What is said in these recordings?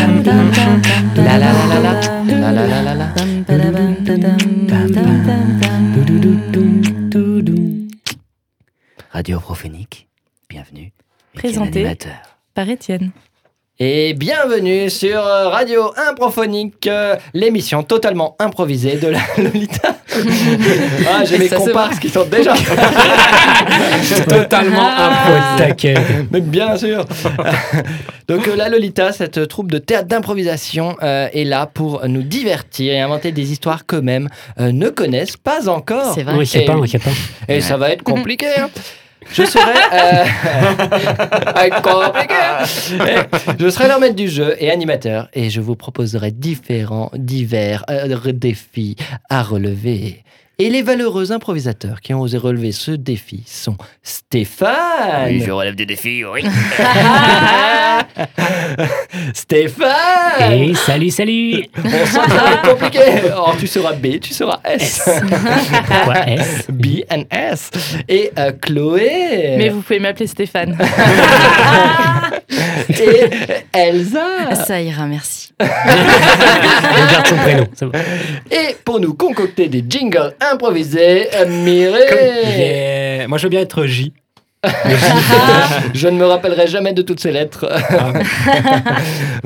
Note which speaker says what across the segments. Speaker 1: La la la la la la la la la la. Radio Prophénique, bienvenue. Et quel
Speaker 2: Présenté.
Speaker 1: animateur.
Speaker 2: Par Étienne.
Speaker 3: Et bienvenue sur euh, Radio Improphonique, euh, l'émission totalement improvisée de la Lolita. ah, j'ai
Speaker 2: Et
Speaker 3: mes
Speaker 2: ça se
Speaker 3: comparses qui sont déjà
Speaker 4: Totalement
Speaker 2: Ah.
Speaker 4: impro taquet.
Speaker 3: Mais bien sûr. Donc euh, la Lolita, cette troupe de théâtre d'improvisation, euh, est là pour nous divertir et inventer des histoires qu'eux-mêmes euh, ne connaissent pas encore.
Speaker 2: C'est vrai.
Speaker 4: On y sait pas, on y sait pas.
Speaker 3: Et Eh, ça va être compliqué. hein. Je serai, euh, va être compliqué, hein. je serai leur maître du jeu et animateur et je vous proposerai différents, divers euh, défis à relever. Et les valeureux improvisateurs qui ont osé relever ce défi sont Stéphane. Ah.
Speaker 1: Oui, je relève des défis, oui.
Speaker 3: Stéphane
Speaker 4: Et salut, salut
Speaker 3: On sent que ça va être compliqué. Or, Oh, tu seras B, tu seras S.
Speaker 4: Pourquoi S
Speaker 3: B and S. Et euh, Chloé.
Speaker 2: Mais vous pouvez m'appeler Stéphane.
Speaker 3: Et Elsa.
Speaker 5: Ah, Ça ira, merci.
Speaker 2: Ah,
Speaker 4: On garde son prénom, c'est bon.
Speaker 3: Et pour nous concocter des jingles improvisés, euh, Mireille.
Speaker 4: Yeah. Moi, je veux bien être J.
Speaker 3: Ah. Je ne me rappellerai jamais de toutes ces lettres. Ah.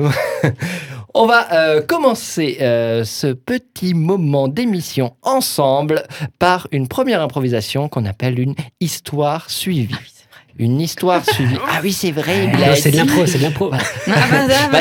Speaker 3: On va euh, commencer euh, ce petit moment d'émission ensemble par une première improvisation qu'on appelle une histoire suivie. Une histoire suivie. Ah oui, c'est vrai. il
Speaker 4: Non,
Speaker 3: l'a
Speaker 4: Euh, c'est de
Speaker 3: dit.
Speaker 4: l'impro, c'est de l'impro.
Speaker 3: Bah,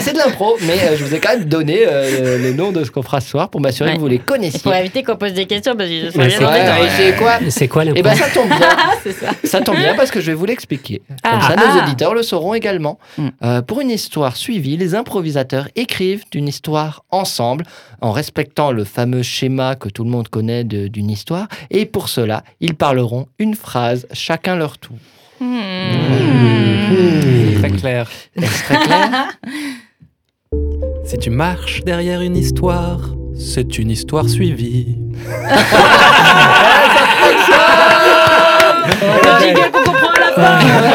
Speaker 3: c'est de l'impro, mais euh, je vous ai quand même donné euh, le, le nom de ce qu'on fera ce soir pour m'assurer
Speaker 5: Ouais.
Speaker 3: que vous les connaissiez.
Speaker 5: Pour éviter qu'on pose des questions, parce que je
Speaker 4: Ouais,
Speaker 5: serais bien
Speaker 4: c'est
Speaker 3: Ouais,
Speaker 5: embêtant.
Speaker 3: et c'est quoi
Speaker 4: C'est quoi
Speaker 3: Eh
Speaker 4: l'impro
Speaker 3: ben ça tombe bien.
Speaker 5: Ah,
Speaker 2: c'est ça.
Speaker 3: Ça tombe bien parce que je vais vous l'expliquer. Comme
Speaker 2: Ah.
Speaker 3: ça, nos
Speaker 2: Ah.
Speaker 3: auditeurs le sauront également.
Speaker 5: Mm.
Speaker 3: Euh, pour une histoire suivie, les improvisateurs écrivent une histoire ensemble en respectant le fameux schéma que tout le monde connaît de- d'une histoire. Et pour cela, ils parleront une phrase chacun leur tour.
Speaker 5: Hmm.
Speaker 6: Très clair. Si tu marches derrière une histoire, c'est une histoire suivie.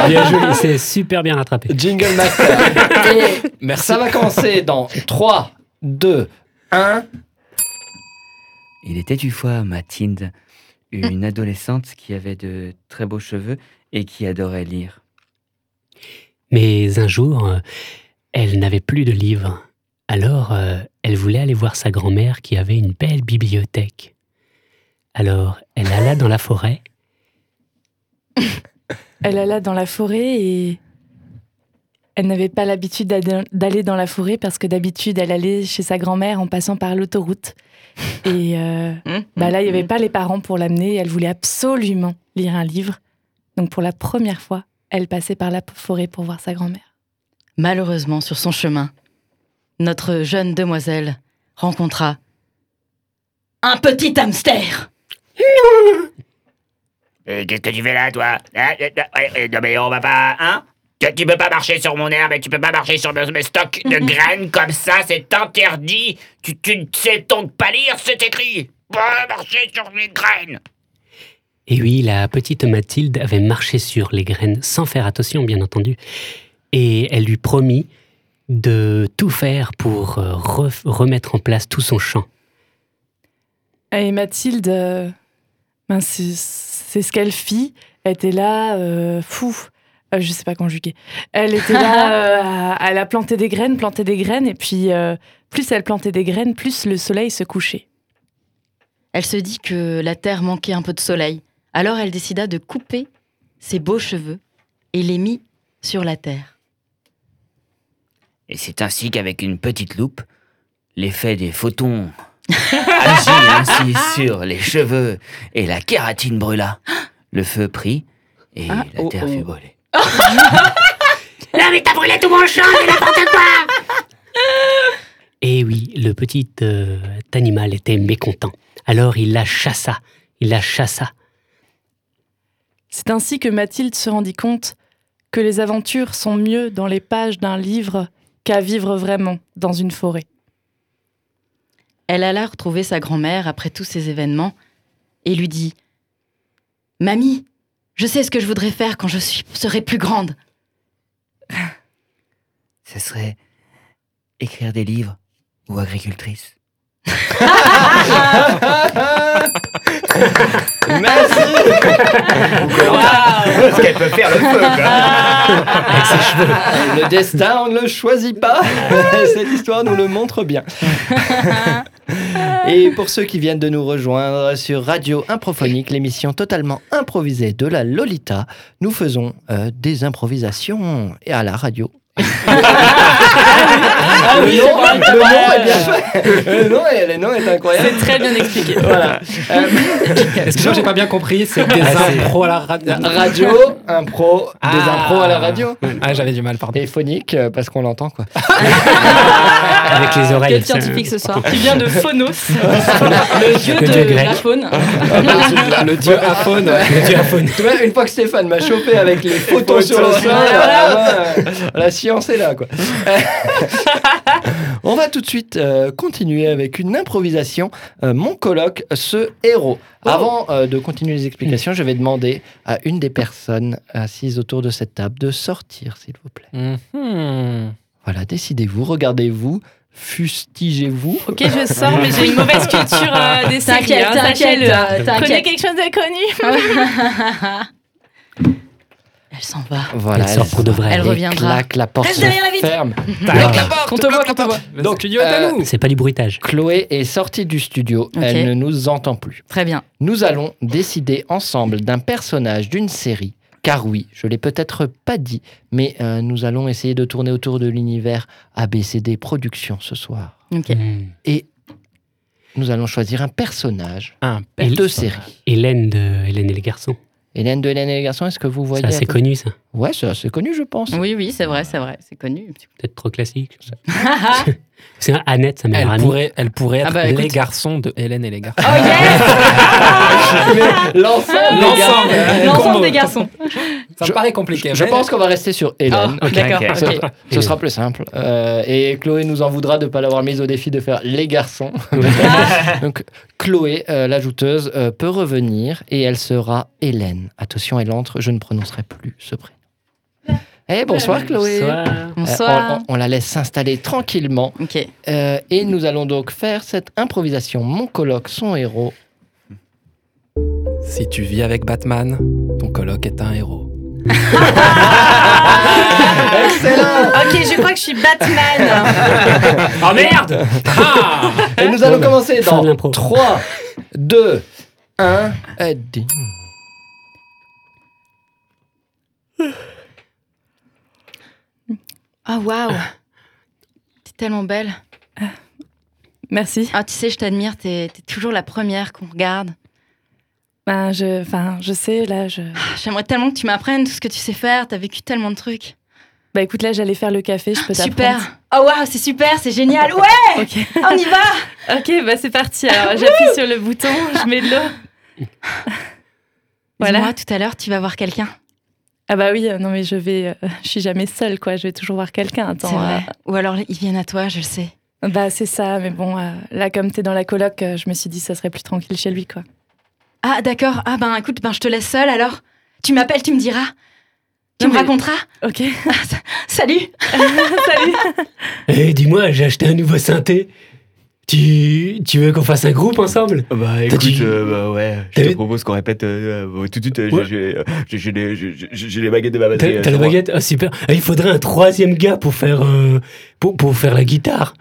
Speaker 4: Bien joué, c'est super bien rattrapé.
Speaker 3: Jingle Master. Et ça va commencer dans 3, 2, 1.
Speaker 1: Il était une fois Mathilde, une adolescente qui avait de très beaux cheveux et qui adorait lire.
Speaker 4: Mais un jour, euh, elle n'avait plus de livres. Alors, euh, elle voulait aller voir sa grand-mère qui avait une belle bibliothèque. Alors, elle alla dans la forêt.
Speaker 2: Elle alla dans la forêt et elle n'avait pas l'habitude d'aller- d'aller dans la forêt parce que d'habitude elle allait chez sa grand-mère en passant par l'autoroute. Et euh,
Speaker 5: Hum,
Speaker 2: bah
Speaker 5: hum,
Speaker 2: là, il n'y avait
Speaker 5: hum.
Speaker 2: pas les parents pour l'amener. et Elle voulait absolument lire un livre. Donc pour la première fois, elle passait par la forêt pour voir sa grand-mère.
Speaker 5: Malheureusement, sur son chemin, notre jeune demoiselle rencontra un petit hamster.
Speaker 7: Euh, Qu'est-ce que tu fais là, toi Hein Euh, euh, euh, Non, mais on va pas. Hein tu, tu peux pas marcher sur mon herbe et tu peux pas marcher sur mes, mes stocks de graines comme ça, c'est interdit Tu, tu ne sais donc pas lire, c'est écrit Pas marcher sur mes graines
Speaker 4: Et oui, la petite Mathilde avait marché sur les graines, sans faire attention, bien entendu. Et elle lui promit de tout faire pour euh, ref- remettre en place tout son champ.
Speaker 2: Et Mathilde, euh, ben, c'est c'est ce qu'elle fit. Elle était là, euh, fou. Euh, je sais pas conjuguer. Elle était là, euh, à- elle a planté des graines, planté des graines, et puis euh, plus elle plantait des graines, plus le soleil se couchait.
Speaker 5: Elle se dit que la terre manquait un peu de soleil. Alors elle décida de couper ses beaux cheveux et les mit sur la terre.
Speaker 1: Et c'est ainsi qu'avec une petite loupe, l'effet des photons agit ainsi sur les cheveux et la kératine brûla. Le feu prit et
Speaker 7: Ah,
Speaker 1: la terre
Speaker 7: oh,
Speaker 1: fut brûlée.
Speaker 7: Non, mais t'as brûlé tout mon champ, c'est n'importe quoi
Speaker 4: Et oui, le petit euh, animal était mécontent. Alors il la chassa, il la chassa.
Speaker 2: C'est ainsi que Mathilde se rendit compte que les aventures sont mieux dans les pages d'un livre qu'à vivre vraiment dans une forêt.
Speaker 5: Elle alla retrouver sa grand-mère après tous ces événements et lui dit Mamie, je sais ce que je voudrais faire quand je suis- serai plus grande.
Speaker 1: Ce serait écrire des livres ou agricultrice.
Speaker 3: Merci
Speaker 7: Parce qu'elle peut faire le feu,
Speaker 3: Avec ses cheveux. Le destin, on ne le choisit pas. Cette histoire nous le montre bien. Et pour ceux qui viennent de nous rejoindre sur Radio Improphonique, l'émission totalement improvisée de la Lolita, nous faisons euh, des improvisations et à la radio. ah oui, non, le nom est bien fait. Le nom est, le nom est incroyable.
Speaker 8: C'est très bien expliqué.
Speaker 3: Voilà. Euh,
Speaker 4: Excuse-moi, j'ai pas bien compris, c'est des impros à la radio.
Speaker 3: radio, impro, des
Speaker 4: Ah.
Speaker 3: impros à la radio.
Speaker 4: Ah, j'avais du mal, pardon.
Speaker 3: Et phonique, euh, parce qu'on l'entend quoi.
Speaker 4: Avec les
Speaker 8: Ah, Quel
Speaker 4: oreilles.
Speaker 8: scientifique ce soir Qui vient de Phonos, euh, le dieu
Speaker 4: Le dieu
Speaker 8: de
Speaker 4: grec.
Speaker 8: la faune.
Speaker 4: Le dieu aphone. Le dieu aphone.
Speaker 3: Tu vois, une fois que Stéphane m'a chopé avec les photons sur le sol, voilà, euh, la science est là, quoi. On va tout de suite euh, continuer avec une improvisation. euh, mon colloque, ce héros. Avant euh, de continuer les explications, je vais demander à une des personnes assises autour de cette table de sortir, s'il vous plaît. Mm-hmm.
Speaker 4: Mhm.
Speaker 3: Voilà, décidez-vous, regardez-vous, fustigez-vous.
Speaker 8: Ok, je sors, mais j'ai une mauvaise culture euh, des séries.
Speaker 5: T'inquiète,
Speaker 8: hein,
Speaker 5: t'inquiète,
Speaker 8: sachez-le.
Speaker 5: euh,
Speaker 8: Prenez
Speaker 5: t'inquiète.
Speaker 8: quelque chose de connu.
Speaker 5: Elle s'en va.
Speaker 3: Voilà,
Speaker 4: Elle sort pour de vrai.
Speaker 5: Elle
Speaker 3: et
Speaker 5: reviendra.
Speaker 3: claque, la porte
Speaker 8: Reste
Speaker 3: se
Speaker 8: derrière la vitre.
Speaker 3: ferme.
Speaker 4: Alors,
Speaker 8: Qu'on te voit, qu'on te voit.
Speaker 3: Donc,
Speaker 4: studio
Speaker 3: est à
Speaker 4: nous. C'est pas du bruitage.
Speaker 3: Chloé est sortie du studio,
Speaker 5: Ok.
Speaker 3: elle ne nous entend plus.
Speaker 5: Très bien.
Speaker 3: Nous allons décider ensemble d'un personnage d'une série. Car oui, je l'ai peut-être pas dit, mais euh, nous allons essayer de tourner autour de l'univers ABCD Productions ce soir.
Speaker 5: Ok.
Speaker 4: Mhm.
Speaker 3: Et nous allons choisir un personnage
Speaker 4: Un
Speaker 3: de série.
Speaker 4: Hélène de Hélène et les garçons.
Speaker 3: Hélène de Hélène et les garçons, est-ce que vous voyez
Speaker 4: C'est assez
Speaker 3: à-
Speaker 4: connu, ça.
Speaker 3: Ouais, c'est assez connu, je pense.
Speaker 5: Oui, oui, c'est vrai, c'est vrai. C'est connu.
Speaker 4: Peut-être trop classique. je sais. C'est un Annette, sa meilleure amie.
Speaker 6: elle pourrait
Speaker 5: Ah bah,
Speaker 6: les
Speaker 5: écoute.
Speaker 6: garçons de Hélène et les garçons.
Speaker 3: Mais l'ensemble, des gars,
Speaker 6: L'ensemble, euh,
Speaker 8: L'ensemble
Speaker 6: combo.
Speaker 8: des garçons.
Speaker 6: Ça
Speaker 3: Je-
Speaker 6: me paraît compliqué.
Speaker 3: je
Speaker 6: mais-
Speaker 3: pense qu'on va rester sur Hélène.
Speaker 8: Ah, D'accord.
Speaker 1: Ok.
Speaker 3: Ce,
Speaker 8: ok.
Speaker 3: ce sera plus simple. Euh, et Chloé nous en voudra de ne pas l'avoir mise au défi de faire les garçons. Donc Chloé, euh, la jouteuse, euh, peut revenir et elle sera Hélène. Attention, elle entre, je ne prononcerai plus ce prénom. Eh, bonsoir Chloé.
Speaker 4: Bonsoir.
Speaker 3: Euh,
Speaker 5: Bonsoir.
Speaker 3: on, on- on la laisse s'installer tranquillement
Speaker 5: Ok.
Speaker 3: Euh, et nous allons donc faire cette improvisation. Mon colloque, son héros.
Speaker 6: Si tu vis avec Batman, ton coloc est un héros.
Speaker 3: Excellent
Speaker 8: Ok, je crois que je suis Batman.
Speaker 4: Oh merde
Speaker 3: Et nous allons commencer
Speaker 4: Fin
Speaker 3: dans
Speaker 4: de l'impro.
Speaker 3: 3, 2, 1, et ding.
Speaker 5: Ah, waouh. T'es tellement belle.
Speaker 2: Merci.
Speaker 5: Ah, tu sais, je t'admire. T'es t'es toujours la première qu'on regarde.
Speaker 2: Ben, je, enfin, je sais, là, je.
Speaker 5: Ah, J'aimerais tellement que tu m'apprennes tout ce que tu sais faire. T'as vécu tellement de trucs.
Speaker 2: Bah écoute, là, j'allais faire le café, je peux t'apprendre.
Speaker 5: Super. Oh, waouh, c'est super, c'est génial. Ouais,
Speaker 2: Ok.
Speaker 5: on y va.
Speaker 2: Ok, bah c'est parti. Alors j'appuie sur le bouton, je mets de l'eau. Voilà.
Speaker 5: Dis-moi, tout à l'heure, tu vas voir quelqu'un.
Speaker 2: Ah bah oui, euh, non mais je vais, euh, je suis jamais seule quoi. Je vais toujours voir quelqu'un.
Speaker 5: C'est
Speaker 2: Attends.
Speaker 5: vrai. euh, Ou alors, ils viennent à toi, je le sais.
Speaker 2: euh, bah c'est ça, mais bon, euh, là comme t'es dans la coloc, euh, je me suis dit ça serait plus tranquille chez lui quoi.
Speaker 5: Ah, d'accord. Ah, ben écoute, ben, je te laisse seule alors. Tu m'appelles, tu me diras. Tu me
Speaker 2: Non, mais-
Speaker 5: raconteras.
Speaker 2: Ok.
Speaker 5: Salut.
Speaker 2: Salut.
Speaker 4: Eh, dis-moi, j'ai acheté un nouveau synthé. Tu, tu veux qu'on fasse un groupe ensemble
Speaker 9: Bah
Speaker 4: T'as
Speaker 9: écoute,
Speaker 4: dit-
Speaker 9: euh, bah, ouais,
Speaker 4: T'as
Speaker 9: je te
Speaker 4: vu-
Speaker 9: propose qu'on répète euh, euh, tout de suite. euh,
Speaker 4: Ouais.
Speaker 9: j'ai- J'ai j'ai les, j'ai- j'ai- j'ai les baguettes de ma batterie.
Speaker 4: T'as
Speaker 9: euh,
Speaker 4: t'as la
Speaker 9: sur moi.
Speaker 4: baguette Ah, super. Eh, il faudrait un troisième gars pour faire, euh, pour, pour faire la guitare.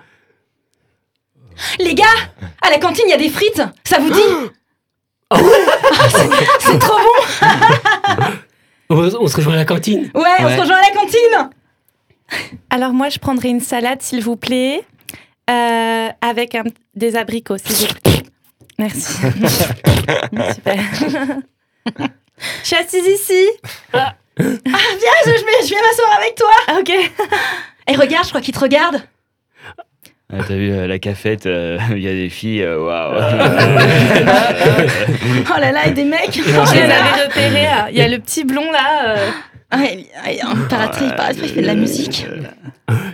Speaker 5: Les gars, à la cantine, il y a des frites. Ça vous dit Ah, c'est- C'est trop bon.
Speaker 4: On, on se rejoint à la cantine.
Speaker 5: Ouais, on se rejoint à la cantine.
Speaker 10: Alors moi, je prendrai une salade, s'il vous plaît, euh, avec un- des abricots, s'il vous plaît. Merci. Super. je suis assise ici.
Speaker 5: Ah, viens, je, je vais- je viens m'asseoir avec toi.
Speaker 10: Ah, ok.
Speaker 5: Et regarde, je crois qu'ils te regardent.
Speaker 1: Ah, T'as vu euh, la cafette, euh, il y a des filles, euh, waouh.
Speaker 5: Oh là là, et des mecs.
Speaker 10: Je les
Speaker 5: Oh là là.
Speaker 4: Ah,
Speaker 10: avais repérés. Il y a le petit blond là. euh,
Speaker 5: Ah, elle- elle- impératrice, impératrice, elle fait de la musique.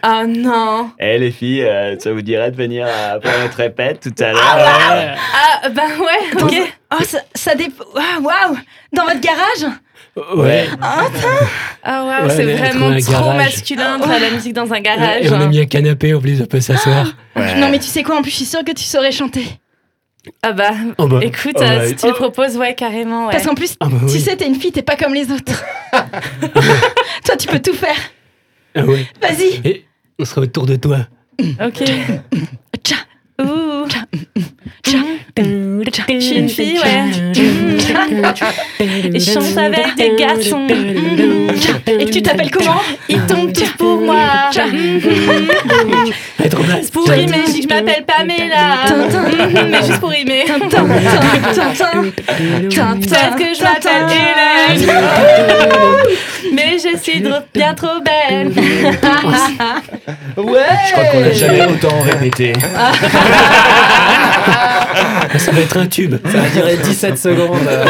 Speaker 2: Ah non
Speaker 9: Eh les filles, euh, ça vous dirait de venir euh, pour notre répète tout à l'heure ouais
Speaker 5: Ah, bah ouais, ok. Oh, ça, ça dépend. Waouh, waouh. Dans votre garage
Speaker 4: Ouais.
Speaker 5: Ah, putain
Speaker 2: Ah waouh,
Speaker 4: Ouais,
Speaker 2: c'est
Speaker 4: mais
Speaker 2: vraiment
Speaker 4: trouver un
Speaker 2: trop
Speaker 4: garage.
Speaker 2: masculin de faire de la musique dans un garage. hein.
Speaker 4: Et on a mis un canapé, en plus, on peut s'asseoir.
Speaker 5: Non, mais tu sais quoi, en plus, je suis sûre que tu saurais chanter.
Speaker 2: Ah bah,
Speaker 4: Oh bah,
Speaker 2: écoute,
Speaker 4: oh
Speaker 2: euh,
Speaker 4: bah,
Speaker 2: si tu le proposes, ouais, carrément. ouais.
Speaker 5: Parce qu'en plus,
Speaker 4: Ah bah
Speaker 5: tu
Speaker 4: oui.
Speaker 5: sais, t'es une fille, t'es pas comme les autres. Toi, tu peux tout faire.
Speaker 4: Ah ouais.
Speaker 5: Vas-y.
Speaker 4: Et on sera autour de toi.
Speaker 2: Ok.
Speaker 5: Tcha.
Speaker 2: Ouh.
Speaker 5: Tcha. Tcha. Tcha.
Speaker 2: Je suis une fille, ouais. Et je chante avec des garçons.
Speaker 5: Et tu t'appelles comment
Speaker 2: Ils tombent tous pour moi.
Speaker 4: Allez, trop place.
Speaker 2: Pour rimer, je dis que je m'appelle Pamela. Mais juste pour rimer. Peut-être que je m'appelle Hélène. Mais je suis dro- bien trop belle.
Speaker 3: Je crois qu'on a jamais
Speaker 6: autant répété.
Speaker 4: Ça va être un tube.
Speaker 3: Ça va durer 17 secondes. euh.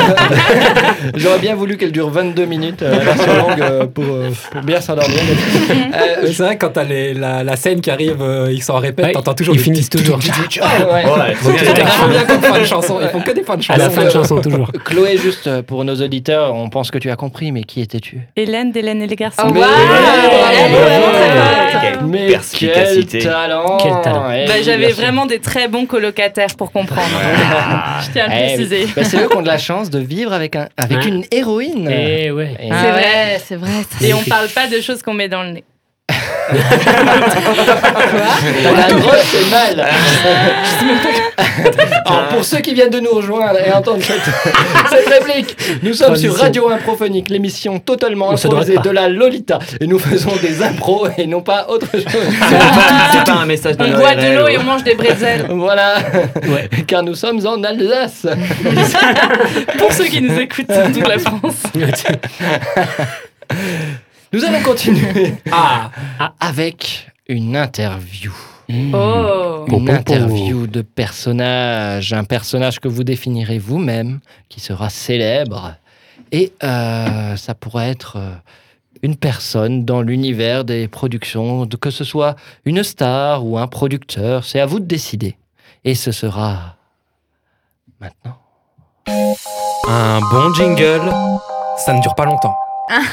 Speaker 3: J'aurais bien voulu qu'elle dure 22 minutes, euh, la version longue, euh, pour, euh, pour bien s'endormir. mais- Euh,
Speaker 11: C'est vrai, quand t'as les- la, la scène qui arrive, euh, ils s'en répètent,
Speaker 4: Ouais,
Speaker 11: t'entends toujours
Speaker 4: ils
Speaker 11: des
Speaker 4: finissent
Speaker 11: petits-
Speaker 4: toujours.
Speaker 11: petits-
Speaker 3: Ah, ouais.
Speaker 9: Ouais, trop
Speaker 11: Ils font
Speaker 9: bien.
Speaker 11: vraiment bien comme fin de chanson. Ils font que des fins de
Speaker 4: À la
Speaker 11: chanson.
Speaker 4: fin de chanson, toujours.
Speaker 3: Chloé, juste euh, pour nos auditeurs, on pense que tu as compris, mais qui étais-tu
Speaker 10: Hélène, d'Hélène et les garçons.
Speaker 2: Oh, waouh.
Speaker 10: Elle est vraiment
Speaker 2: très
Speaker 9: Quelle
Speaker 2: bonne.
Speaker 3: Mais quel
Speaker 9: perspicacité.
Speaker 3: talent
Speaker 4: Quel talent.
Speaker 3: Eh
Speaker 2: Bah,
Speaker 3: oui,
Speaker 2: J'avais
Speaker 3: merci.
Speaker 2: vraiment des très bons colocataires pour comprendre. Je tiens à le
Speaker 3: Eh oui.
Speaker 2: préciser.
Speaker 3: Bah, c'est eux qui ont de la chance de vivre avec, un, avec
Speaker 4: Hein
Speaker 3: une héroïne.
Speaker 4: Eh ouais.
Speaker 3: Et-
Speaker 2: C'est vrai.
Speaker 5: c'est vrai. ça.
Speaker 2: Et on parle pas de choses qu'on met dans le nez.
Speaker 3: La drogue, c'est mal. Alors, pour ceux qui viennent de nous rejoindre et entendre cette, cette réplique, nous sommes sur Radio Improphonique, l'émission totalement
Speaker 4: On se drogue
Speaker 3: improvisée
Speaker 4: Oh, pas.
Speaker 3: de la Lolita. Et nous faisons des impros et non pas autre chose.
Speaker 9: Ah, C'est pas un message de hein.
Speaker 2: On boit de l'eau et on mange des bretzels.
Speaker 3: Voilà,
Speaker 4: Ouais.
Speaker 3: car nous sommes en Alsace.
Speaker 2: Pour ceux qui nous écoutent de toute la France.
Speaker 4: Ah.
Speaker 3: Nous allons continuer
Speaker 11: Ah,
Speaker 3: avec une interview.
Speaker 2: Oh.
Speaker 4: Bon,
Speaker 3: Une
Speaker 4: bon,
Speaker 3: interview de personnage, un personnage que vous définirez vous-même, qui sera célèbre. Et euh, ça pourrait être euh, une personne dans l'univers des productions, de- que ce soit une star ou un producteur, c'est à vous de décider. Et ce sera maintenant.
Speaker 6: Un bon jingle, ça ne dure pas longtemps.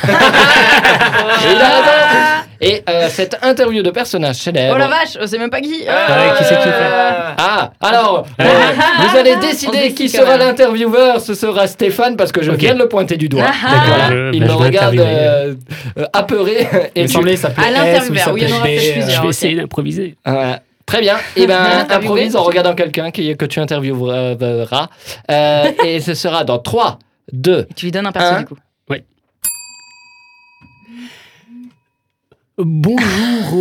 Speaker 3: Et, là- et, euh, cette interview de personnage
Speaker 5: Oh
Speaker 3: célèbre.
Speaker 5: la vache, c'est même pas qui.
Speaker 3: Eh Ah, qui c'est qui fait
Speaker 9: Euh.
Speaker 3: Ah, alors, euh, vous allez
Speaker 5: On
Speaker 3: décider
Speaker 5: décide
Speaker 3: qui
Speaker 5: quand
Speaker 3: sera
Speaker 5: même.
Speaker 3: l'intervieweur. Ce sera Stéphane parce que je
Speaker 4: Ok.
Speaker 3: viens de le pointer du doigt.
Speaker 5: Ah,
Speaker 4: D'accord.
Speaker 3: Voilà.
Speaker 4: Je-
Speaker 3: Il
Speaker 4: bah,
Speaker 3: me
Speaker 4: je vais
Speaker 3: regarde
Speaker 4: interviewer.
Speaker 3: euh, euh, apeuré.
Speaker 11: il
Speaker 3: Et
Speaker 11: me
Speaker 3: tu-
Speaker 11: semblait que ça s'appelait
Speaker 5: À
Speaker 11: S ou
Speaker 5: l'intervieweur,
Speaker 11: ça
Speaker 5: oui, il y en aura
Speaker 11: s'appelait
Speaker 5: peut-être
Speaker 11: B, euh,
Speaker 5: plusieurs.
Speaker 4: Je vais
Speaker 5: ok.
Speaker 4: essayer d'improviser.
Speaker 3: Voilà. Ah, Très bien. Et ben,
Speaker 5: Interviewé.
Speaker 3: improvise en regardant quelqu'un qui, que tu intervieweras. Euh, et ce sera dans 3, 2.
Speaker 5: Tu lui donnes un perso
Speaker 3: Hein
Speaker 5: du coup.
Speaker 4: Bonjour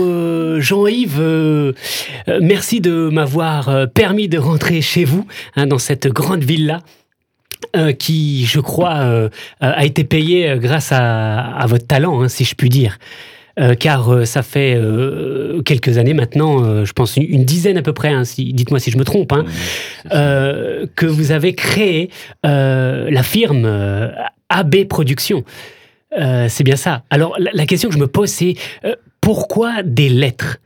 Speaker 4: euh, Jean-Yves, euh, euh, merci de m'avoir euh, permis de rentrer chez vous, hein, dans cette grande ville-là, euh, qui, je crois, euh, euh, a été payée euh, grâce à, à votre talent, hein, si je puis dire. Euh, car euh, ça fait euh, quelques années maintenant, euh, je pense une, une dizaine à peu près, hein, si, dites-moi si je me trompe, hein,
Speaker 9: Mmh.
Speaker 4: euh, que vous avez créé euh, la firme euh, AB Productions. Euh, c'est bien ça. Alors, la, la question que je me pose, c'est euh, pourquoi des lettres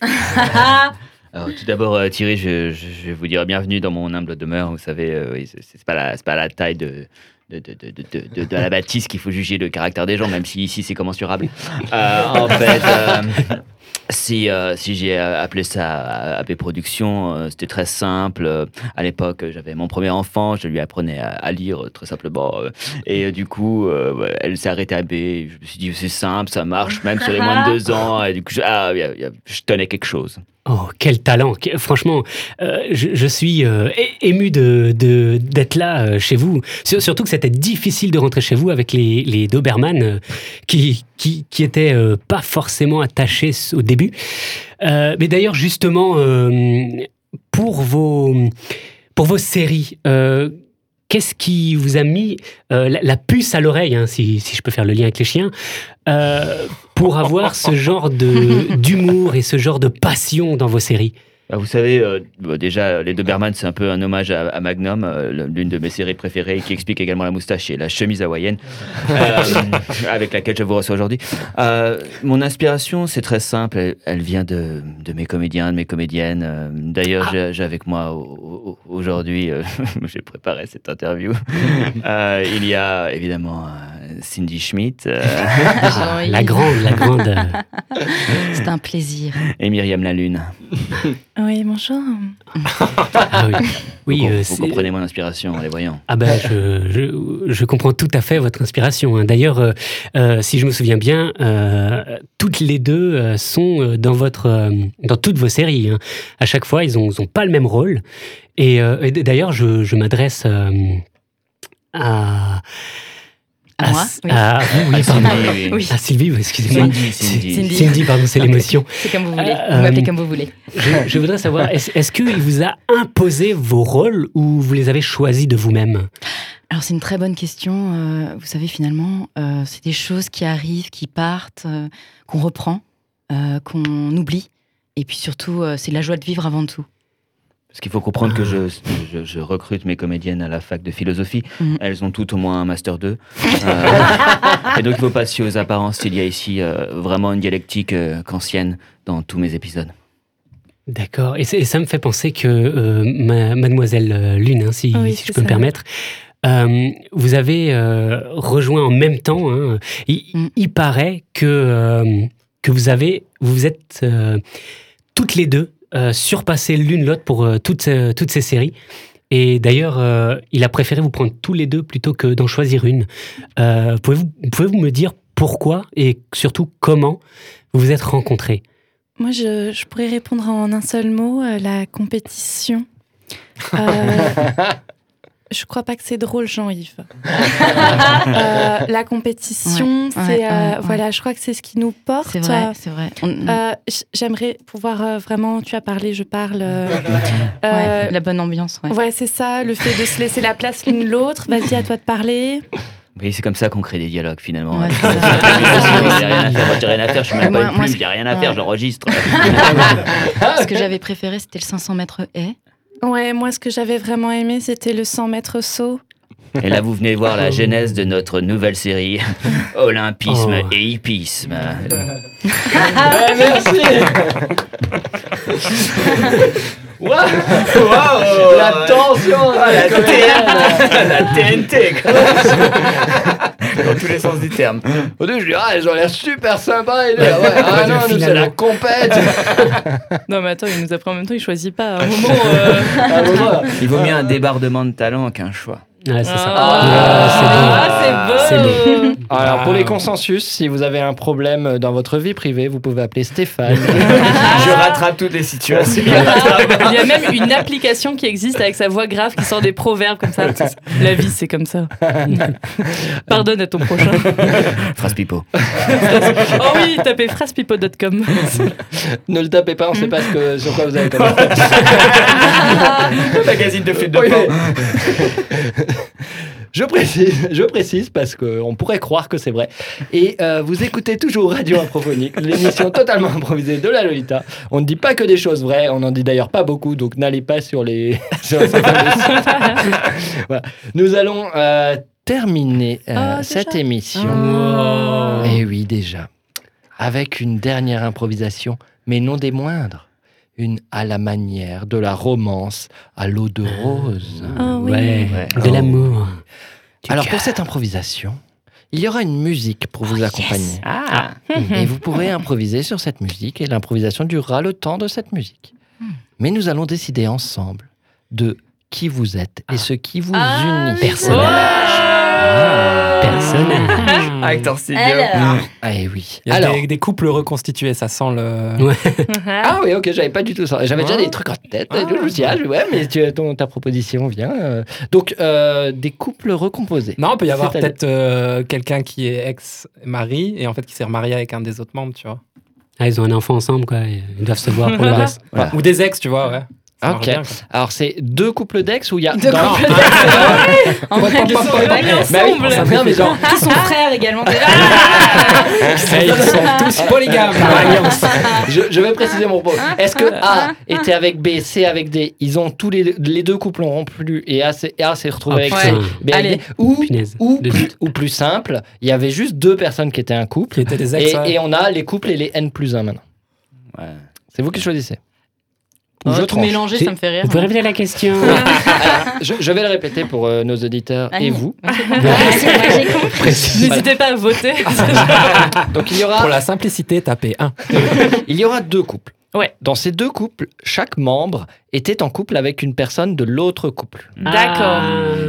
Speaker 5: Ah.
Speaker 9: Alors, tout d'abord, euh, Thierry, je, je- je vais vous dire bienvenue dans mon humble demeure. Vous savez, euh, oui, c'est c'est pas, la- c'est pas la taille de, de, de, de, de- de- de la bâtisse qu'il faut juger le caractère des gens, même si ici c'est commensurable. Euh, en fait. euh, Si, euh, si j'ai euh, appelé ça AP Productions, euh, c'était très simple. Euh, À l'époque, j'avais mon premier enfant, je lui apprenais à, à lire euh, très simplement. euh, Et euh, du coup, euh, ouais, elle s'est arrêtée à B. Et Je me suis dit, c'est simple, ça marche, même sur les moins de deux ans. Et du coup, je, ah, y a- y a- je tenais quelque chose.
Speaker 4: Oh, quel talent Que- Franchement, euh, je, je suis euh, é- ému de de- d'être là euh, chez vous. Sur- surtout que c'était difficile de rentrer chez vous avec les, les Doberman euh, qui, qui, qui étaient euh, pas forcément attachés s- au début. Euh, mais d'ailleurs, justement, euh, pour, vos, pour vos séries, euh, qu'est-ce qui vous a mis euh, la, la puce à l'oreille, hein, si, si je peux faire le lien avec les chiens euh, pour avoir ce genre de d'humour et ce genre de passion dans vos séries
Speaker 9: Bah, Vous savez, euh, bah, déjà, les Doberman, c'est un peu un hommage à, à Magnum, euh, l'une de mes séries préférées, qui explique également la moustache et la chemise hawaïenne, euh, avec laquelle je vous reçois aujourd'hui. Euh, mon inspiration, c'est très simple. Elle, elle vient de, de mes comédiens, de mes comédiennes. Euh, D'ailleurs, j'ai- j'ai avec moi au- au- aujourd'hui, euh, j'ai préparé cette interview. Euh, il y a évidemment euh, Cindy Schmidt. euh,
Speaker 5: Ah, oui. La grande, Ah, la grande.
Speaker 4: euh,
Speaker 5: C'est un plaisir.
Speaker 9: Et Myriam Lalune.
Speaker 10: Oui, bonjour.
Speaker 4: Ah oui, oui
Speaker 9: vous,
Speaker 4: euh,
Speaker 9: vous
Speaker 4: c'est-
Speaker 9: comprenez mon inspiration en les voyant.
Speaker 4: Ah ben, je, je, je comprends tout à fait votre inspiration. hein. D'ailleurs, euh, euh, si je me souviens bien, euh, toutes les deux euh, sont euh, dans votre, euh, dans toutes vos séries. hein. À chaque fois, ils ont, ils ont pas le même rôle. Et, euh, et d- d'ailleurs, je, je m'adresse euh, à à
Speaker 5: Moi,
Speaker 4: S-
Speaker 5: oui.
Speaker 4: à vous, oui,
Speaker 5: À
Speaker 4: pardon.
Speaker 5: Sylvie, oui, oui.
Speaker 4: À Sylvie, oui, excusez-moi.
Speaker 5: Cindy, Cindy.
Speaker 4: Cindy.
Speaker 5: Cindy.
Speaker 4: Cindy, pardon, c'est l'émotion.
Speaker 5: C'est comme vous voulez. vous
Speaker 4: Euh,
Speaker 5: m'appelez comme vous voulez.
Speaker 4: Je, je voudrais savoir, est-ce est-ce qu'il vous a imposé vos rôles ou vous les avez choisis de vous-même
Speaker 5: Alors c'est une très bonne question. Euh, vous savez finalement, euh, c'est des choses qui arrivent, qui partent, euh, qu'on reprend, euh, qu'on oublie. Et puis surtout, euh, c'est la joie de vivre avant tout.
Speaker 9: Parce qu'il faut comprendre que je, je, je recrute mes comédiennes à la fac de philosophie.
Speaker 5: Mm.
Speaker 9: Elles ont toutes au moins un master 2. Euh, et donc il ne faut pas se fier aux apparences. Il y a ici euh, vraiment une dialectique euh, kantienne dans tous mes épisodes.
Speaker 4: D'accord. Et, c'est- et ça me fait penser que euh, ma- Mademoiselle euh, Lune, hein, si,
Speaker 11: Oui,
Speaker 4: si
Speaker 11: c'est
Speaker 4: je peux me
Speaker 11: ça.
Speaker 4: permettre, euh, vous avez euh, rejoint en même temps. hein, il,
Speaker 11: Mm.
Speaker 4: il paraît que, euh, que vous avez, vous vous êtes euh, toutes les deux euh, surpassées l'une l'autre pour euh, toutes, euh, toutes ces séries. Et d'ailleurs, euh, il a préféré vous prendre tous les deux plutôt que d'en choisir une. Euh, Pouvez-vous pouvez me dire pourquoi et surtout comment vous vous êtes rencontrés
Speaker 10: Moi, je, je pourrais répondre en un seul mot, euh, la compétition. Euh, je crois pas que c'est drôle, Jean-Yves. Euh, la compétition,
Speaker 5: Ouais,
Speaker 10: c'est
Speaker 5: ouais,
Speaker 10: euh,
Speaker 5: ouais,
Speaker 10: voilà, je crois que c'est ce qui nous porte.
Speaker 5: C'est vrai, Mm. c'est vrai. On-
Speaker 10: Euh, j- J'aimerais pouvoir euh, vraiment, tu as parlé, je parle. euh, euh,
Speaker 5: Ouais, la bonne ambiance, ouais.
Speaker 10: Ouais, c'est ça, le fait de se laisser la place l'une l'autre.
Speaker 5: Mm.
Speaker 10: Vas-y, à toi de parler.
Speaker 9: Vous voyez, c'est comme ça qu'on crée des dialogues finalement.
Speaker 10: Ouais,
Speaker 9: J'ai rien à faire, moi, j'ai rien à faire, je suis même
Speaker 5: Moi-
Speaker 9: pas une
Speaker 5: moi,
Speaker 9: plume,
Speaker 5: ce-
Speaker 9: j'ai rien à faire,
Speaker 5: ouais.
Speaker 9: j'enregistre.
Speaker 5: Ce que j'avais préféré, c'était le 500 mètres haie.
Speaker 10: Ouais, moi, ce que j'avais vraiment aimé, c'était le 100 mètres saut.
Speaker 9: Et là, vous venez voir la genèse de notre nouvelle série Olympisme
Speaker 4: Oh.
Speaker 9: et hippisme.
Speaker 3: merci Waouh La tension
Speaker 9: Oh,
Speaker 3: la
Speaker 9: la
Speaker 3: colère.
Speaker 9: La TNT quoi. Dans tous les sens du terme.
Speaker 3: Au début, je lui dis, ah, ils ont l'air super sympas. Et lui, ah, ouais, ah non, nous, c'est
Speaker 2: finalement.
Speaker 3: la compète.
Speaker 2: Non, mais attends, il nous a pris en même temps, il choisit pas. À un moment. euh,
Speaker 9: Il vaut mieux un débardement de talent qu'un choix.
Speaker 4: Ouais, c'est ça.
Speaker 2: Ah, c'est beau. Ah, c'est beau.
Speaker 3: Alors, pour les consensus, si vous avez un problème dans votre vie privée, vous pouvez appeler Stéphane. je
Speaker 9: rattrape toutes les situations.
Speaker 4: Ah.
Speaker 2: Il y a même une application qui existe avec sa voix grave qui sort des proverbes comme ça. La vie, c'est comme ça. Pardonne à ton prochain.
Speaker 9: Phrase pipo.
Speaker 2: oh oui, tapez phrasepipo.com.
Speaker 3: ne le tapez pas, on sait pas ce que, sur quoi vous avez comme
Speaker 9: Magazine de flûte de
Speaker 3: Je précise, je précise parce qu'on pourrait croire que c'est vrai. Et euh, vous écoutez toujours Radio Improphonique, l'émission totalement improvisée de la Lolita. On ne dit pas que des choses vraies, on n'en dit d'ailleurs pas beaucoup, donc n'allez pas sur les. sur les- Voilà. Nous allons euh, terminer euh, cette émission. Et oui, déjà. Avec une dernière improvisation, mais non des moindres. Une à la manière de la romance à l'eau de rose.
Speaker 2: oh,
Speaker 4: Ah oui. Ouais, de
Speaker 9: Oh.
Speaker 4: l'amour.
Speaker 3: Alors pour cette improvisation, il y aura une musique pour vous accompagner.
Speaker 9: Ah.
Speaker 3: Et vous pourrez improviser sur cette musique et l'improvisation durera le temps de cette musique. Mais nous allons décider ensemble de qui vous êtes et ce qui vous
Speaker 4: Ah
Speaker 2: Ah.
Speaker 3: unit. Personnage.
Speaker 4: Personnage.
Speaker 9: Avec ton
Speaker 3: Ah et oui.
Speaker 11: Il y a
Speaker 3: Alors.
Speaker 11: des, des couples reconstitués, ça sent le.
Speaker 3: Ah oui, ok, j'avais pas du tout ça. J'avais déjà
Speaker 11: Ah.
Speaker 3: des trucs en tête. et tout, Je me suis dit, ah, ouais, mais tu- ton- ta proposition vient. euh. Donc, euh, des couples recomposés.
Speaker 11: Non, il peut y avoir
Speaker 3: C'est-à-dire-
Speaker 11: peut-être euh, quelqu'un qui est ex-mari et en fait qui s'est remarié avec un des autres membres, tu vois.
Speaker 4: Ah, ils ont un enfant ensemble, quoi. Ils doivent se voir pour le reste.
Speaker 11: Ou des ex, tu vois, ouais. Ça marche
Speaker 3: Ok.
Speaker 11: bien,
Speaker 3: Alors, c'est deux couples d'ex ou il y a.
Speaker 5: Deux
Speaker 3: Non.
Speaker 5: couples
Speaker 3: d'ex
Speaker 5: En vrai, ils sont
Speaker 3: Mais
Speaker 5: vraiment
Speaker 3: oui,
Speaker 5: ensemble.
Speaker 3: ça vient, mais genre.
Speaker 5: Qui sont frères également.
Speaker 3: Eh, ils sont tous polygames. Alliance. je, je vais préciser mon propos.
Speaker 5: Ah.
Speaker 3: Est-ce que A était avec B, C avec D Ils ont tous les deux, les deux couples ont rompu et A s'est A s'est retrouvé
Speaker 11: Ah,
Speaker 4: Oh,
Speaker 3: avec
Speaker 4: putain.
Speaker 3: C. B avec
Speaker 4: Allez.
Speaker 3: D. Ou, ou, ou plus simple, il y avait juste deux personnes qui étaient un couple.
Speaker 11: étaient des ex,
Speaker 3: et,
Speaker 11: ouais.
Speaker 3: et on a les couples et les N plus 1 maintenant. C'est vous qui choisissez.
Speaker 5: Oh,
Speaker 3: Ou je
Speaker 5: tout
Speaker 3: tranche.
Speaker 5: mélanger, ça me fait rire. Vous pouvez
Speaker 4: répéter la question
Speaker 3: je, je vais le répéter pour euh, nos auditeurs
Speaker 5: Ah,
Speaker 3: et
Speaker 5: non.
Speaker 3: vous.
Speaker 5: Ah, j'ai compris.
Speaker 3: Précise.
Speaker 8: N'hésitez pas à voter.
Speaker 3: Ah, Donc il y aura.
Speaker 11: Pour la simplicité, tapez 1.
Speaker 3: Il y aura deux couples. Dans ces deux couples, chaque membre était en couple avec une personne de l'autre couple.
Speaker 2: D'accord.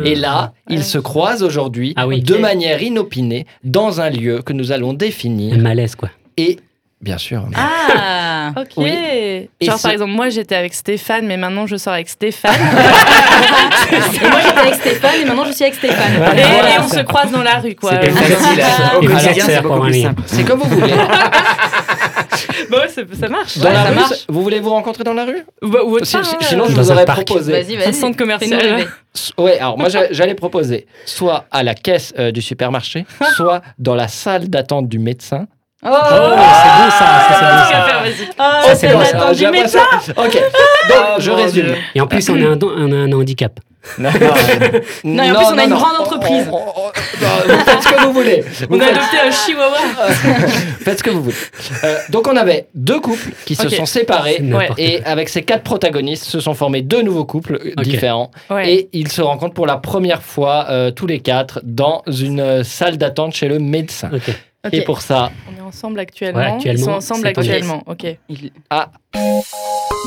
Speaker 3: Et
Speaker 2: Ah.
Speaker 3: là, ils se croisent aujourd'hui de manière inopinée dans un lieu que nous allons définir.
Speaker 4: malaise, quoi.
Speaker 3: Et bien sûr.
Speaker 2: Ah Ok.
Speaker 3: Oui. Et
Speaker 2: Genre,
Speaker 3: ce-
Speaker 2: par exemple, moi j'étais avec Stéphane, mais maintenant je sors avec Stéphane.
Speaker 5: Et moi j'étais avec Stéphane et maintenant je suis avec Stéphane.
Speaker 2: et, et on se croise dans la rue, quoi.
Speaker 5: C'était
Speaker 2: Voilà.
Speaker 5: facile à-
Speaker 2: Voilà.
Speaker 5: au quotidien, c'est beaucoup
Speaker 3: plus simple. C'est comme vous voulez.
Speaker 2: Bah ouais, ça, ça marche.
Speaker 3: Dans
Speaker 2: Ouais,
Speaker 3: la
Speaker 2: ça
Speaker 3: rue,
Speaker 2: marche.
Speaker 3: vous voulez vous rencontrer dans la rue
Speaker 2: Bah, ou autre
Speaker 3: Si-
Speaker 2: part,
Speaker 3: si-
Speaker 2: ouais.
Speaker 3: Sinon, je
Speaker 4: Dans
Speaker 3: vous
Speaker 4: un
Speaker 3: aurais
Speaker 4: parc.
Speaker 3: proposé.
Speaker 2: Vas-y, vas-y. Un centre commercial.
Speaker 5: Fais-nous rêver.
Speaker 3: S- Ouais, alors moi j'a- j'allais proposer soit à la caisse euh, du supermarché, soit dans la salle d'attente du médecin.
Speaker 5: Oh,
Speaker 3: c'est beau, ça, ça, c'est beau, ça.
Speaker 5: Ah,
Speaker 3: Oh,
Speaker 5: c'est
Speaker 2: bah,
Speaker 3: bon,
Speaker 5: l'attente
Speaker 3: ça,
Speaker 5: du
Speaker 3: j'ai l'impression-
Speaker 5: médecin.
Speaker 3: Ok, donc je
Speaker 4: Ah, mon
Speaker 3: résume.
Speaker 4: Dieu. Et en plus, on a un, don- on a un handicap.
Speaker 5: Non, et en plus, on a une grande entreprise.
Speaker 3: Faites ce que vous voulez. Vous
Speaker 2: On a
Speaker 3: faites-
Speaker 2: adopté un chihuahua.
Speaker 3: Faites ce que vous voulez. Euh, donc on avait deux couples qui
Speaker 2: Ok.
Speaker 3: se sont séparés
Speaker 2: C'est n'importe
Speaker 3: et avec ces quatre protagonistes se sont formés deux nouveaux couples euh,
Speaker 4: Ok.
Speaker 3: différents
Speaker 2: Ouais.
Speaker 3: et ils se rencontrent pour la première fois euh, tous les quatre dans une euh, salle d'attente chez le médecin.
Speaker 2: Ok.
Speaker 3: Et pour ça,
Speaker 2: On est ensemble actuellement.
Speaker 3: Ouais, actuellement,
Speaker 2: Ils sont ensemble
Speaker 3: c'est pas
Speaker 2: actuellement. Ok.
Speaker 3: Ah.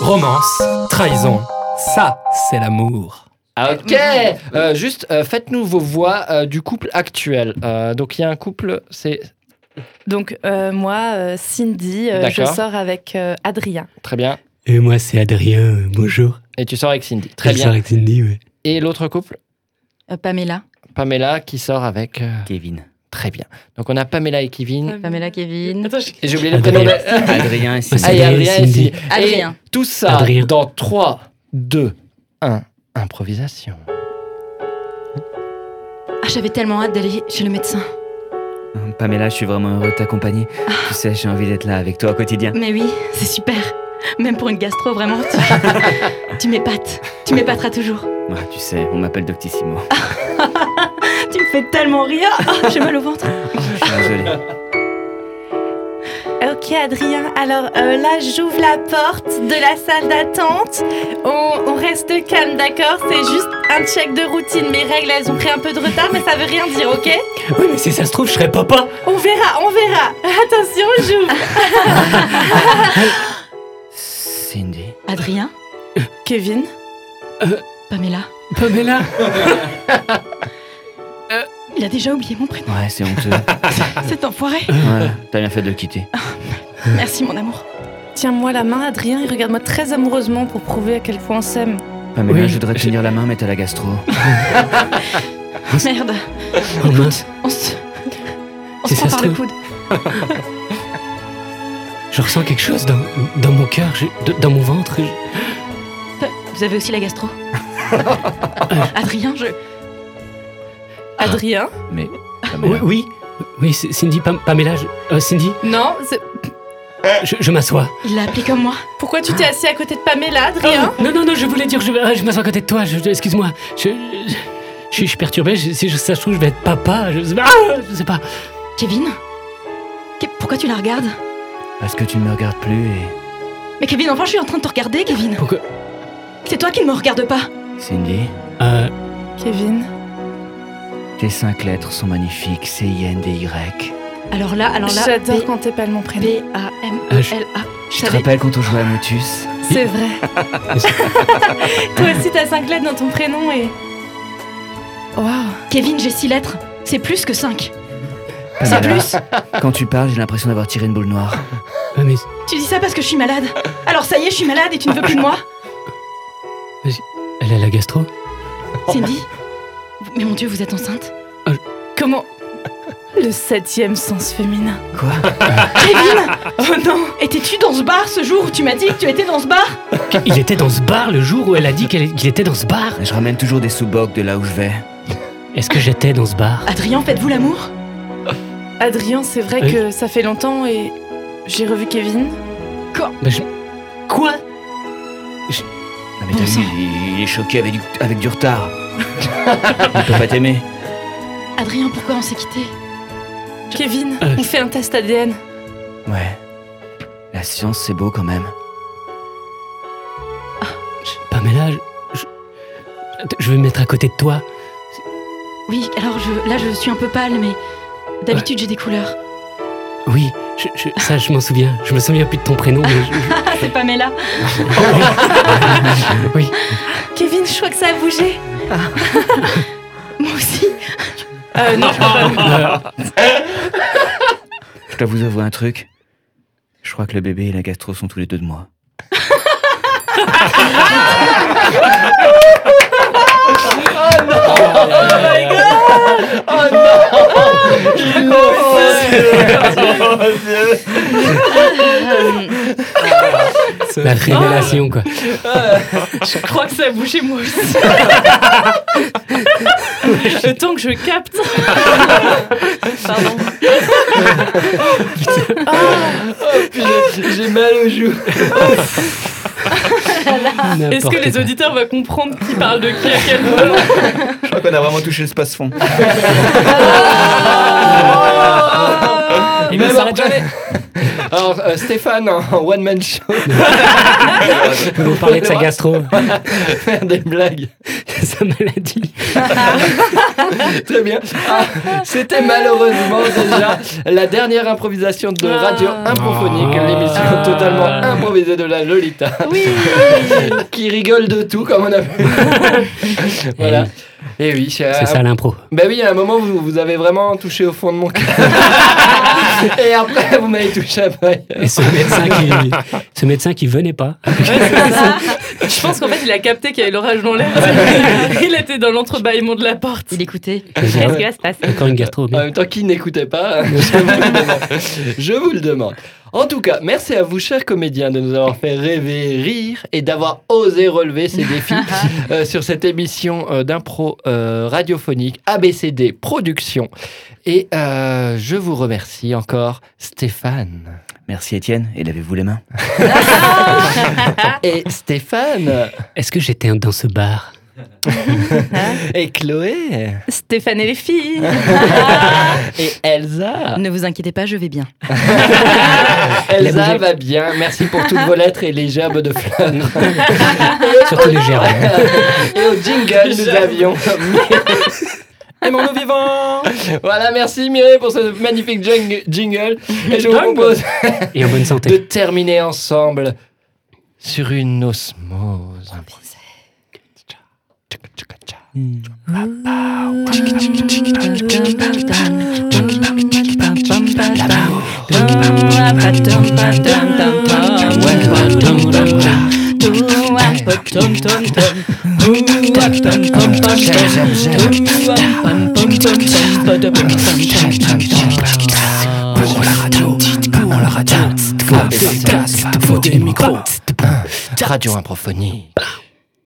Speaker 11: Romance, trahison. Ça, c'est l'amour.
Speaker 3: ah, ok, Euh, juste euh, faites-nous vos voix euh, du couple actuel. Euh, donc il y a un couple, c'est
Speaker 2: Donc, euh, moi, euh, Cindy, euh, je
Speaker 3: D'accord.
Speaker 2: sors avec euh, Adrien.
Speaker 3: très bien.
Speaker 4: Et moi, c'est Adrien. Bonjour.
Speaker 3: Et tu sors avec Cindy, très
Speaker 4: Je
Speaker 3: bien.
Speaker 4: sors avec Cindy, ouais.
Speaker 3: Et l'autre couple,
Speaker 5: Euh, Pamela.
Speaker 3: Pamela qui sort avec euh,
Speaker 1: Kevin.
Speaker 3: Très bien. Donc on a Pamela et Kevin.
Speaker 5: Pamela, Kevin.
Speaker 3: Et j'ai oublié le prénom. de-
Speaker 1: Adrien et Cindy.
Speaker 3: Ah, et Adrien et Cindy.
Speaker 5: Adrien.
Speaker 3: Et tout ça
Speaker 4: Adrien.
Speaker 3: dans 3, 2, 1. Improvisation.
Speaker 5: Ah, j'avais tellement hâte d'aller chez le médecin.
Speaker 1: Hein, Pamela, je suis vraiment heureux de t'accompagner. Tu sais, j'ai envie d'être là avec toi au quotidien.
Speaker 5: Mais oui, c'est super. Même pour une gastro, vraiment. Tu, tu m'épates. Tu m'épateras toujours.
Speaker 1: Ah, tu sais, on m'appelle Doctissimo.
Speaker 5: Tu me fais tellement rire. Ah, j'ai mal au ventre.
Speaker 1: Je suis désolé.
Speaker 10: Ok Adrien, alors euh, là j'ouvre la porte de la salle d'attente. On, on reste calme, d'accord C'est juste un check de routine. Mes règles, elles ont pris un peu de retard, mais ça veut rien dire, ok
Speaker 4: Oui, mais si ça se trouve, je serais papa.
Speaker 10: On verra, on verra. Attention, j'ouvre.
Speaker 1: Cindy.
Speaker 5: Adrien
Speaker 2: Kevin
Speaker 5: Pamela
Speaker 4: Pamela
Speaker 5: Il a déjà oublié mon prénom.
Speaker 1: Ouais, c'est honteux.
Speaker 5: Cet enfoiré.
Speaker 1: Ouais, t'as bien fait de le quitter.
Speaker 5: Merci, mon amour.
Speaker 2: Tiens-moi la main, Adrien, et regarde-moi très amoureusement pour prouver à quel point on s'aime.
Speaker 1: Pamela, je voudrais te tenir la main, mais t'as la gastro.
Speaker 5: Merde.
Speaker 4: Oh mince.
Speaker 5: On se. On
Speaker 4: Si
Speaker 5: se prend
Speaker 4: ça se
Speaker 5: par le
Speaker 4: trouve.
Speaker 5: coude.
Speaker 4: Je ressens quelque chose dans, dans mon cœur, je- de- dans mon ventre. je-
Speaker 5: Vous avez aussi la gastro Adrien, je.
Speaker 2: Adrien
Speaker 1: Mais.
Speaker 4: Oui, oui, oui, c'est Cindy, Pam- Pamela, je- euh, Cindy,
Speaker 2: Non, c'est-
Speaker 4: je, je m'assois.
Speaker 5: Il l'a appelé comme moi.
Speaker 2: pourquoi tu t'es assis à côté de Pamela, Adrien
Speaker 4: Non, non, non, je voulais dire, je, euh, je m'assois à côté de toi, je- je- excuse-moi. Je, je, je suis- je suis perturbé, je- si je, ça se trouve, je vais être papa, je sais pas. ah, je sais pas.
Speaker 5: Kevin Ke- Pourquoi tu la regardes
Speaker 1: Parce que tu ne me regardes plus et.
Speaker 5: Mais Kevin, enfin, je suis en train de te regarder, Kevin.
Speaker 4: Pourquoi
Speaker 5: C'est toi qui ne me regardes pas.
Speaker 1: Cindy,
Speaker 4: Euh,
Speaker 2: Oh, Kevin
Speaker 1: tes cinq lettres sont magnifiques. C-I-N-D-Y.
Speaker 5: Alors là, alors là.
Speaker 2: J'adore
Speaker 5: B- E,
Speaker 2: quand t'es pas le mon prénom.
Speaker 1: Ah, je-
Speaker 5: B-A-M-E-L-A.
Speaker 1: Je te rappelle quand on jouait à Motus
Speaker 2: C'est vrai.
Speaker 10: Toi aussi, t'as 5 lettres dans ton prénom et.
Speaker 2: Waouh.
Speaker 5: Kevin, j'ai six lettres. C'est plus que cinq.
Speaker 1: Pamela,
Speaker 5: plus.
Speaker 1: Quand tu parles, j'ai l'impression d'avoir tiré une boule noire.
Speaker 4: ouais, mais
Speaker 5: Tu dis ça parce que je suis malade. Alors ça y est, je suis malade et tu ne veux plus de moi.
Speaker 4: elle a la gastro Euh.
Speaker 5: Cindy Mais mon Dieu, vous êtes enceinte
Speaker 2: Comment Le septième sens féminin.
Speaker 1: Quoi
Speaker 5: Kevin Oh non Étais-tu dans ce bar ce jour où tu m'as dit que tu étais dans ce bar
Speaker 4: Il était dans ce bar le jour où elle a dit qu'elle- qu'il était dans ce bar.
Speaker 1: Je ramène toujours des sous-bocs de là où je vais.
Speaker 4: Est-ce que j'étais dans ce bar
Speaker 5: Adrien, faites-vous l'amour
Speaker 2: Adrien, c'est vrai
Speaker 4: Oui.
Speaker 2: que ça fait longtemps et j'ai revu Kevin.
Speaker 4: Bah, je- Quoi
Speaker 1: Ah, mais t'as vu, il, il est choqué avec du, avec du retard. il peut pas t'aimer.
Speaker 5: Adrien, pourquoi on s'est quitté
Speaker 2: Kevin,
Speaker 1: Euh,
Speaker 2: on fait un test ADN.
Speaker 1: Ouais. La science, c'est beau quand même.
Speaker 4: Pamela, je... je- Attends, je vais me mettre à côté de toi.
Speaker 5: Oui, alors je, là je suis un peu pâle, mais d'habitude j'ai des couleurs.
Speaker 4: Oui, je- je- ça je m'en souviens. Je me souviens plus de ton prénom. Mais je-
Speaker 5: c'est Pamela
Speaker 4: Oui.
Speaker 10: Kevin, je crois que ça a bougé.
Speaker 5: Moi aussi
Speaker 2: Euh, non, je peux pas.
Speaker 1: Je dois vous avouer un truc. Je crois que le bébé et la gastro sont tous les deux de moi.
Speaker 2: Ah, Oh.
Speaker 4: La révélation, quoi.
Speaker 2: Je crois que ça a bougé moi aussi. Le temps que je capte. Pardon.
Speaker 3: J'ai mal aux joues.
Speaker 2: Ah, Est-ce que les auditeurs vont comprendre qui parle de qui à quel moment
Speaker 1: Je crois qu'on a vraiment touché l'espace fond.
Speaker 10: Oh.
Speaker 3: Il ne s'arrête jamais. Alors, euh, Stéphane, en one man show.
Speaker 4: Nous allons parler de sa gastro,
Speaker 3: Faire des blagues.
Speaker 4: sa maladie.
Speaker 3: Très bien. Ah, C'était malheureusement déjà la dernière improvisation de Radio Improphonique,
Speaker 4: Ah.
Speaker 3: l'émission totalement improvisée de la Lolita. qui rigole de tout, comme on a vu. voilà. Et oui,
Speaker 4: Eh C'est ça l'impro.
Speaker 3: Ben oui, à un moment, vous, vous avez vraiment touché au fond de mon cœur. Et après, vous m'avez touché à l'œil.
Speaker 4: Et ce médecin qui, ce médecin qui venait pas.
Speaker 2: Je pense qu'en fait, il a capté qu'il y avait l'orage dans l'air. Il était dans l'entrebâillement de la porte.
Speaker 5: Il écoutait.
Speaker 10: Qu'est-ce qui va se passer
Speaker 4: Encore une gastro.
Speaker 3: En
Speaker 4: bien.
Speaker 3: même temps, qui n'écoutait pas hein, je, vous le demande. Je vous le demande. En tout cas, merci à vous, chers comédiens, de nous avoir fait rêver, rire et d'avoir osé relever ces défis euh, sur cette émission euh, d'impro euh, radiophonique ABCD Productions. Et euh, je vous remercie encore, Stéphane.
Speaker 1: Merci Étienne, et lavez-vous les mains.
Speaker 3: Et Stéphane
Speaker 4: Est-ce que j'étais dans ce bar
Speaker 3: Et Chloé
Speaker 10: Stéphane et les filles.
Speaker 3: Et Elsa
Speaker 5: Ne vous inquiétez pas, je vais bien.
Speaker 4: La
Speaker 3: Elsa
Speaker 4: bougie.
Speaker 3: va bien, merci pour toutes vos lettres et les gerbes de fleurs.
Speaker 4: Surtout les gérants.
Speaker 3: Et au jingle, nous avions.
Speaker 11: Aimons-nous vivants
Speaker 3: Voilà, merci Mireille pour ce magnifique jing- jingle. Et je vous
Speaker 11: Jungle.
Speaker 3: propose
Speaker 4: Et en bonne
Speaker 3: de
Speaker 4: santé.
Speaker 3: terminer ensemble sur une osmose. Radio Improphonie.